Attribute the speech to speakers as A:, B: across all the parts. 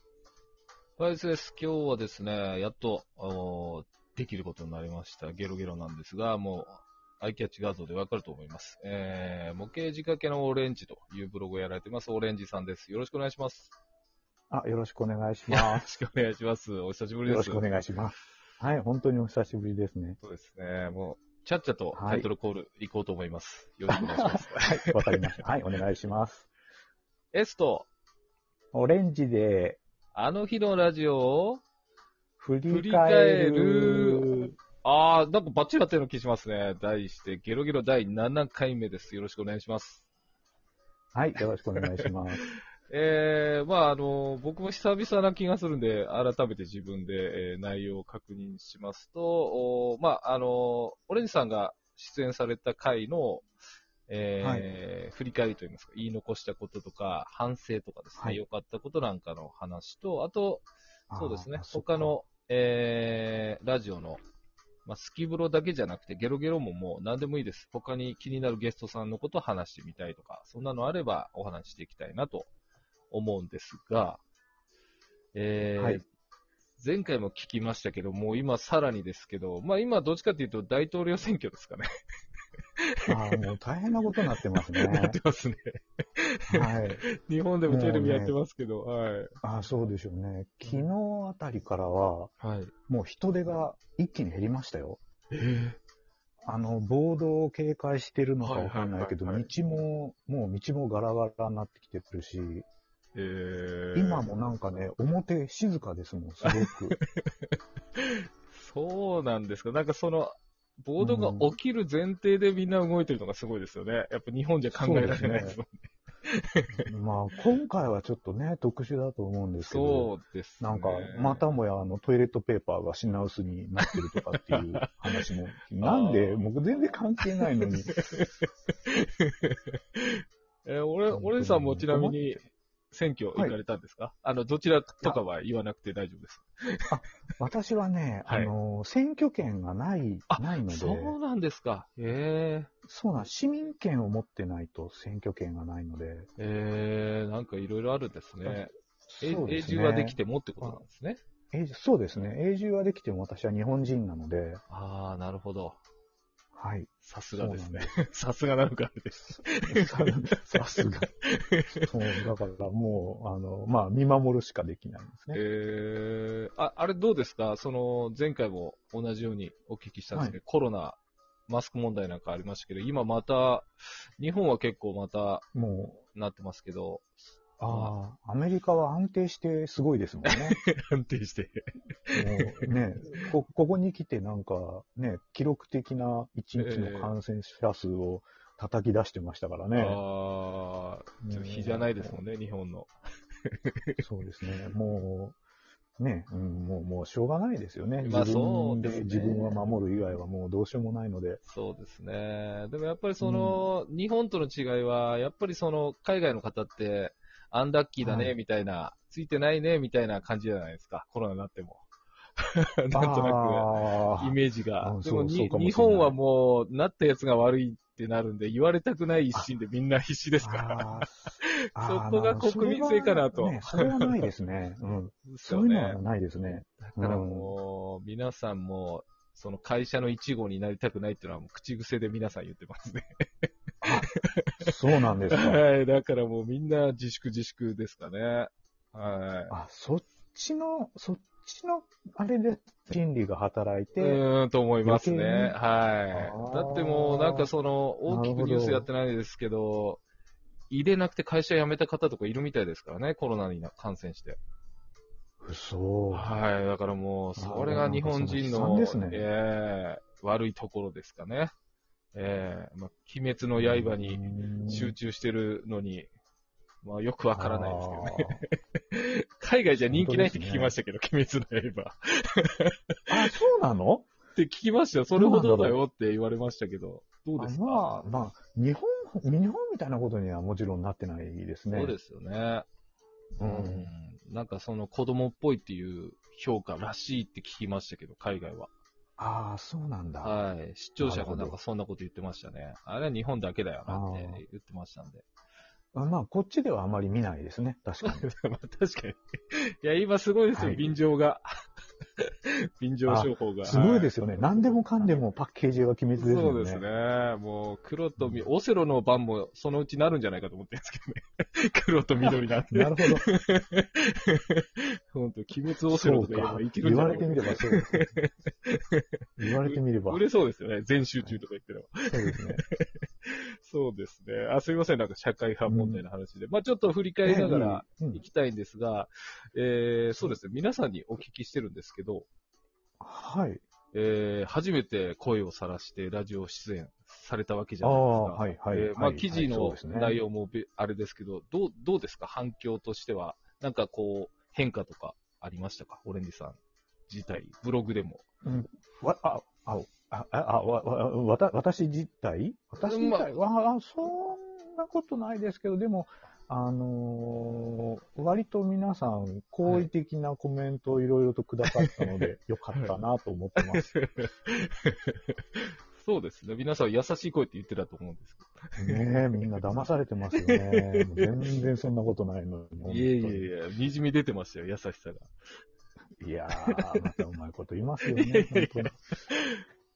A: はい、そうです。今日はですね、やっと、おーできることになりました。ゲロゲロなんですが、もう、アイキャッチ画像でわかると思います。えー、模型仕掛けのオレンジというブログをやられてます、オレンジさんです。よろしくお願いします。
B: あ、よろしくお願いし
A: よろ
B: ます。
A: しくお願いします。お久しぶり
B: よ
A: で
B: ろ
A: す。
B: しくお願いします。はい、本当にお久しぶりです ね。
A: そうですね。もう、ちゃっちゃとタイトルコール行こうと思います。よろしくお願いします。
B: はい、わかりました。はい、お願いします。
A: S と、
B: オレンジで
A: あの日のラジオを、
B: 振
A: 振り
B: り
A: 返
B: 返
A: る
B: る。
A: あー、なんかバッチリ合ってるような気しますね。題して、ゲロゲロ第7回目です。よろしくお願いします。
B: はい、よろしくお願いします。
A: えー、まああの、僕も久々な気がするんで、改めて自分で、えー内容を確認しますと、おまああの、オレンジさんが出演された回の、えー
B: は
A: 振り返りといいますか、言い残したこととか、反省とかです
B: は
A: ね、
B: い
A: 良、かったことなんかの話と、あと、 そうですね
B: あ。ー
A: 他。の、えー、ラジオの、まあ、スキブロだけじゃなくて、ゲロゲロももう何でもいいです。他に気になるゲストさんのことを話してみたいとか、そんなのあればお話していきたいなと思うんですが、えー
B: はい
A: 前回も聞きましたけど、もう今さらにですけど、まあ今どっちかというと大統領選挙ですかね。
B: そっかあー、もう大変なことになってますね。
A: やってますね。
B: はい。
A: 日本でもテレビやってますけど、はい。
B: あー、そうでしょうね。昨日あたりからは、
A: はい。
B: もう人手が一気に減りましたよ。
A: えー、
B: あの、暴動を警戒してるのかわかんないけど、
A: はいはいはいは
B: 道
A: い
B: も、もう道もガラガラになってきてるし、
A: えー、
B: 今もなんかね、表静かですもん、すご く。
A: そうなんですか。なんかその、暴動が起きる前提でみんな動いてるのがすごいですよね。やっぱ日本じゃ考えられないですもんね。
B: まあ、今回はちょっとね、特殊だと思うんですけど、
A: そうですね。
B: なんか、またもやあのトイレットペーパーが品薄になってるとかっていう 話も、なんで、僕全然関係ない のに。
A: えー俺、俺さんもちなみに選挙行かれたんですか、あの、どちらとかは言わなくて大丈夫です。
B: 私はね、
A: はい
B: あの、選挙権がない、ないので、
A: そうなんですか。え
B: そうなん、市民権を持ってないと選挙権がないので、
A: ー、えー、なんかいろいろあるんですね。え
B: そ
A: 永
B: うですね
A: 住はできてもってことなんですね。
B: 永住そうですね。永住はできても私は日本人なので、
A: ああ、なるほど。
B: はい。
A: さすがですね。さすがなのかあれです。
B: そうなんです。さすが。そう、だからもう、あの、まあ、見守るしかできないんですね。
A: えー、ああれどうですか、その前回も同じようにお聞きしたんですけど、コロナ、マスク問題なんかありましたけど、今また、日本は結構また
B: も
A: なってますけど、
B: う、ああ、アメリカは安定してすごいですもんね。
A: 安定して、
B: もうね、こ、ここに来てなんか、ね、記録的な1日の感染者数を叩き出してましたからね。
A: あーちょっと日じゃないですもん
B: ね。
A: ね、日本の。
B: そうですね。もう、ね、うん、もう、もうしょうがないですよね。
A: まあ
B: 自分で
A: そうですね
B: 自分は守る以外はもうどうしようもないので。
A: そうですね、でもやっぱりその、日本との違いは、やっぱりその海外の方って、アンラッキーだ
B: は
A: ね
B: い
A: みたいな、ついてないねみたいな感じじゃないですか、コロナになっても。 なんとなく、
B: あー
A: イメージが
B: う。ん
A: でも
B: そう
A: に
B: そうかもしれない
A: 日本はもう、なったやつが悪いってなるんで、言われたくない一心でみんな必 死ですから。
B: あー
A: そこが
B: あーまあ
A: 国民性かなと
B: それはねそれはないです ね。うん。
A: です
B: そ
A: よ
B: ういう
A: ね。
B: のはないですね。
A: だからもう、皆さんも、その会社の一号になりたくないっていうのはもう口癖で皆さん言ってますね。
B: そうなんで すか。
A: はい。だからもうみんな自粛自粛ですかね。はい。
B: あ、そっちの、そっちの、あれで心理が働いうて、
A: ーんと思いますね。はい。
B: 余計にあ
A: だ
B: ー
A: ってもうなんかその大きくニュースやってないですけど、入れなくて会社辞めた方とかいるみたいですからね、コロナにな感染して。
B: 嘘。
A: はい、だからもう、
B: あー
A: それが日本人
B: なん
A: の、
B: かその悲惨ですね
A: ええ悪いところですかね。ええまあ、鬼滅の刃に
B: に
A: 集中してるのに、まあ、よくわからないですけどね。
B: けどね。
A: 海外じゃ人気ないって聞きましたけど、鬼滅の刃。
B: あ、そうなの
A: って聞きましたよ。それほどだよって言われましたけど、どう
B: あ
A: ですか
B: まあ、まあ、日本、日本みたいなことにはもちろんなってないですね。
A: そうですよね。う
B: うんん。
A: なんかその子供っぽいっていう評価らしいって聞きましたけど、海外は。
B: ああ、そうなんだ。
A: はい。視聴者が
B: な
A: な
B: る
A: んか
B: ほど
A: そんなこと言ってましたね。あれは日本だけだよなって言ってましたんで。
B: あまあ、こっちではあまり見ないですね。確かに。
A: まあ確かに。いや、今すごいですよ、
B: はい
A: 便乗が。 便乗商法が。
B: すごいですよ
A: は
B: ね。何でもかんでもパッケージは鬼滅です
A: そ
B: よ
A: う
B: ね。
A: ですね。もう、黒とみ、オセロの番もそのうちなるんじゃないかと思ってるんですけどね。 黒と緑なん
B: な
A: で。
B: るほど。
A: 本当鬼滅オセロとか言えばいけるん
B: 言
A: じゃ
B: わ
A: な
B: れ
A: い
B: て
A: か
B: みればそうですね。言われてみれば。そ
A: 売
B: う
A: れそうですよね。全集中とか言ってれば。
B: ですね。
A: そうですね。あ、すいません。なんか社会派問題の話で。まあちょっと振り返りながら
B: ねいいうん
A: 行きたいんですが、えー、そうですね。皆さんにお聞きしてるんですけど、
B: はい。
A: えー、初めて声をさらしてラジオ出演されたわけじ
B: あ
A: ゃないです
B: あ、
A: か。
B: はい、はい。
A: えーまあ、
B: はい
A: 記事
B: はい
A: の
B: そうですね
A: 内容もべあれですけど、どうどうですか、反響としては、なんかこう、変化とかありましたか、オレンジさん自体、ブログでも。
B: わ、あ、あ、あ、あ、あわ、わ、わた、私自体私自体は、あ、そんなことないですけど、でも、あのー割と皆さん、好意的なコメントをいろいろとくださったので、 よかったなと思ってます。
A: そうですね、皆さん、優しい声って言ってたと思うんです
B: ねえ、みんな騙されてますよね。もう全然そんなことないの
A: けど、
B: に。
A: いえいえいえ、にじみ出てましたよ、優しさが。
B: え。いやー、またうまいこと言いますよね、本当に。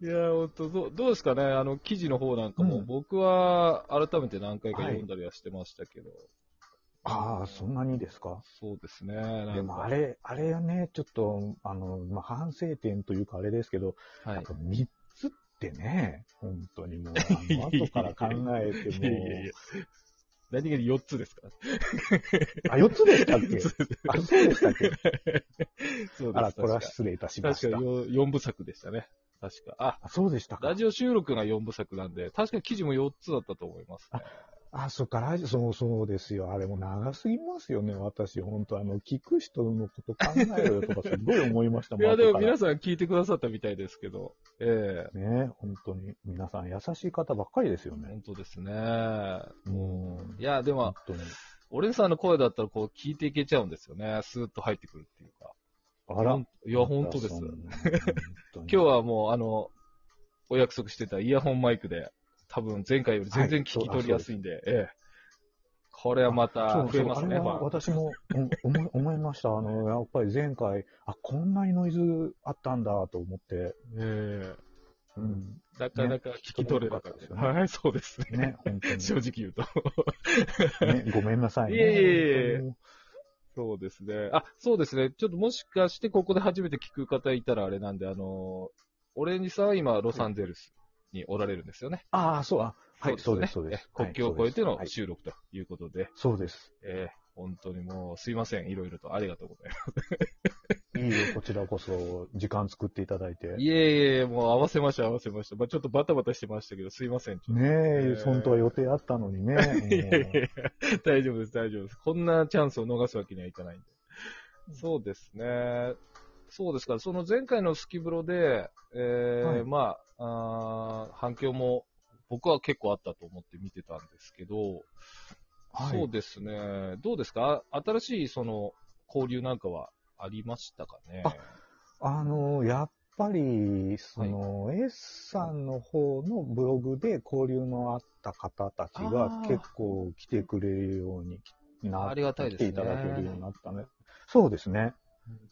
A: いやー、本当どう、どうですかね、あの記事の方なんかも、
B: うん
A: 僕は改めて何回か読んだりはしてましたけど、
B: ああ、そんなにですか
A: そうですね、なんか
B: でもあ、れ、あれはね、ちょっと、あの、まあ、反省点というかあれですけど、
A: はい、
B: 3つってね、本 当にもう、あの後から考え
A: い
B: て
A: やい
B: も
A: やいや、何気に4つですから、
B: あ、4つでしたっ け
A: そう
B: あ、そうでしたっけ
A: そうで
B: あら、
A: す
B: これは
A: 確か
B: 失礼いたしまし
A: 確
B: た
A: か。よ4部作でしたね。確か。あ、
B: あ、そうでしたか
A: ラ。ジオ収録が4部作なんで、確か記事も4つだったと思います、ね。
B: あ、そっか、ラジオ、そうそうですよ。あれも長すぎますよね、私。本当あの、聞く人のこと考えろよとか、すごい思いました も
A: い
B: ん。
A: や、で
B: 後
A: も
B: から
A: 皆さん聞いてくださったみたいですけど、ええ
B: ね、本当に、皆さん優しい方ばっかりですよね。
A: 本当ですね。
B: うん。
A: いや、でも
B: 本、当に。
A: 俺さんの声だったらこう聞いていけちゃうんですよね。スーッと入ってくるっていうか。
B: あら
A: ほん。いや、本当です。
B: またそ
A: 今
B: んな本当に
A: 日はもう、あの、お約束してたイヤホンマイクで、多分前回より全然聞き取りやすいんで、ええこれはま
B: そ
A: た
B: う
A: 増
B: そ
A: え
B: う、
A: ま
B: あ
A: す
B: れ
A: ね。
B: は私もうん思い思いました。あの、やっぱり前回、あ、こんなにノイズあったんだと思って、
A: まあええ
B: うん、
A: なかなか聞き取れなかったですね。はい、そうですね。
B: ね、本
A: 正
B: 当
A: 直言うと。
B: に。ね、ごめんなさいね。
A: いえいえいえ
B: 本
A: そうですね。あ、そうですね。ちょっともしかしてここで初めて聞く方いたらあれなんで、あのー、オレンジさんは今、ロサンゼルスにおられるんですよね。
B: 当にああ、そう、あ、はい、そう
A: ね
B: です、そうです。
A: え国境を越えての
B: はい
A: 収録ということで、
B: そうです。
A: えー本当にもうすいません。いろいろとありがとうございま
B: いい え、こちらこそ、時間作っていただいて。
A: す。いえいえ、もう合わせました、合わせました。まあ、ちょっとバタバタしてましたけど、すいません。ちょっと
B: ね
A: え
B: え、本当は予定あった のにね。
A: いやいやいや、 大丈夫です、大丈夫です。こんなチャンスを逃すわけにはいかないんで。そうですね。そうですから、その前回のスキブロで、えー
B: はい
A: まああー反響も僕は結構あったと思って見てたんですけど、
B: はい
A: そうですね。どうですかあ新しいその交流なんかはありましたかね
B: ああの、やっぱり、その、S さんの方のブログで交流のあった方たちが
A: あー
B: 結構来てくれるようにな
A: ありがたいですね
B: 来ていただけるようになったね。そうですね。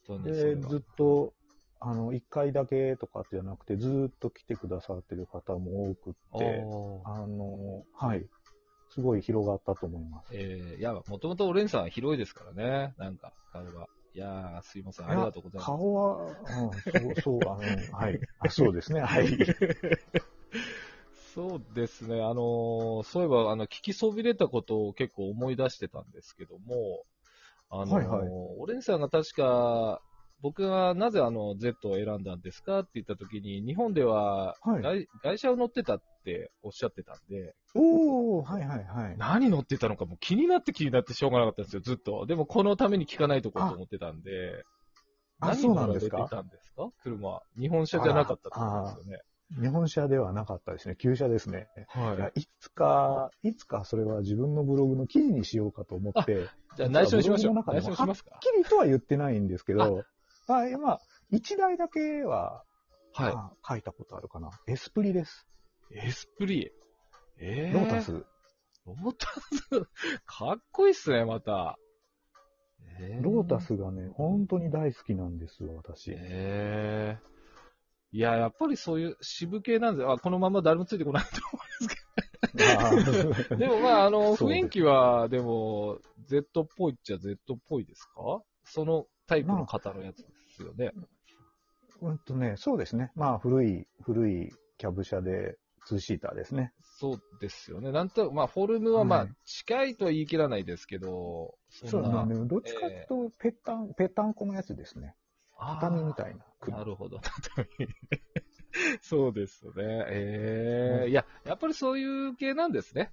A: 本当にそれ
B: で、
A: は
B: ずっと、あの、一回だけとかじゃなくて、ずっと来てくださってる方も多く
A: あ
B: て、
A: ー
B: あの、はい。すごい広がったと思います。
A: えーいや、もともとオレンジさんは広いですからね、なんか、顔が。いやー、すいません、ありがとうございます。
B: 顔は、うん、そう、そう、あ の、はい。あそうですね、はい。
A: そうですね、あのーそういえば、あの、聞きそびれたことを結構思い出してたんですけども、あのー
B: はいはい
A: オレンジさんが確か、僕がなぜあの Z を選んだんですかって言ったときに、日本では
B: はい
A: 外,、外車を乗ってたっておっしゃってたんで、
B: おー、はいはいはい。
A: 何乗ってたのかもう気になって気になってしょうがなかったんですよ、ずっと。でもこのために聞かないとこうと思ってたんで、
B: あ、
A: 何
B: そう
A: 乗
B: な
A: ら
B: ん
A: れ
B: で
A: て
B: すか
A: たんですか車。日本車じゃなかったってことですよね。
B: 日本車ではなかったですね。旧車ですね。い
A: は
B: や
A: い。
B: いつか、いつかそれは自分のブログの記事にしようかと思って、はっ
A: じゃあ内緒にしましょう。
B: ブログの
A: 内緒
B: 中でも
A: にしますか
B: きりとは言ってないんですけど、まあ、今、1台だけは、
A: はい。
B: あ書いたことあるかな。エスプリです。
A: エスプリエ。えー
B: ロータス。
A: ロータス、かっこいいっすね、また。えー
B: ロータスがね、本当に大好きなんですよ、私。
A: ええいや、やっぱりそういう渋系なんで、あ、このまま誰もついてこないと思
B: あ
A: う。
B: ー
A: でもまあ、あの、
B: そうです
A: 雰囲気は、でも、Z っぽいっちゃ Z っぽいですかそのタイプの方のやつですよね。
B: うんとね、そうですね。まあ、古い、古いキャブ車で、ツーシーターですね。
A: そうですよね。なんと、まあ、フォルムはま
B: は
A: あ
B: い、
A: 近いとは言い切らないですけど、
B: そう
A: な
B: なんだね。どっちかっていうと、ぺったん、ぺったんこのやつですね。
A: あー
B: 畳みたいな。
A: なるほど、畳。 そうですね。ええ
B: うん
A: いや、やっぱりそういう系なんですね。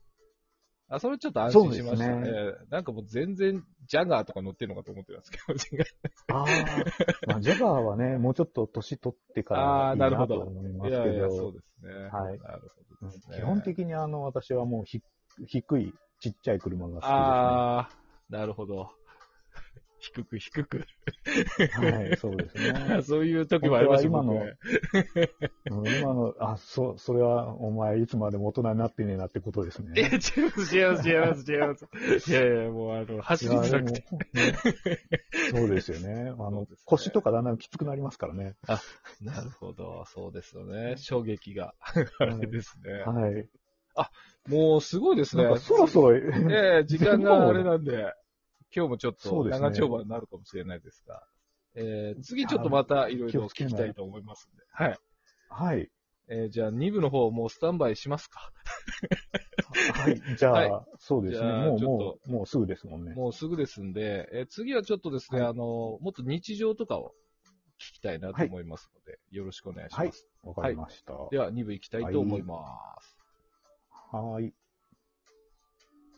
A: あ、それちょっと安心しました
B: そう
A: ね。
B: ですね
A: ええなんかもう全然、ジャガーとか乗ってるのかと思ってたんですけど、違う
B: ああ。 まあ、ジャガーはね、もうちょっと年取ってから
A: あー
B: がいい
A: なるほ
B: な
A: ど
B: と思います
A: い
B: けど、
A: やいや、そうですね。
B: はい
A: なるほ
B: う
A: ど
B: ん
A: ですね。
B: 基本的にあの、私はもうひ低い、ちっちゃい車が好
A: ああ、なるほど。 低く低く。。
B: きですね。はい、そうですね
A: そういう時もありました
B: 僕は今の
A: 僕ね
B: うん今の、あ、そう、それは、お前いつまでも大人になってねえなってことで す
A: いや、
B: ね。
A: 違います、違います、違います、違い ます。いやいや、もう、あの、走り
B: いや
A: づ
B: で
A: ら
B: も
A: くて。
B: ね そうですよね。あ
A: そう
B: の
A: ですね、
B: 腰とかだんだんきつくなりますからね。
A: なるほど、そうですよね。衝撃が。 あ
B: うん
A: れですね。
B: はい。
A: もうすごいですね
B: なん。かそろそろ、
A: ええ時間があれなんで、今日もちょっ
B: そ
A: と
B: うですね
A: 長丁場になるかもしれないですが、えー次ちょっとまたいろいろ聞きたいと思いますんで。はい。
B: はい。
A: えーじゃあ2部の方もうスタンバイしますか。
B: はい。じゃあ、
A: はい
B: そうです
A: じ
B: ね。
A: ゃあ
B: もう、
A: ちょっ
B: もう、もうすぐですもんね。
A: もうすぐですんで、えー次はちょっとですね、
B: はい
A: あの、もっと日常とかを聞きたいなと思いますので、よろしくお願いします。
B: はいわかりました。
A: では2部行きたいと思います。
B: はい。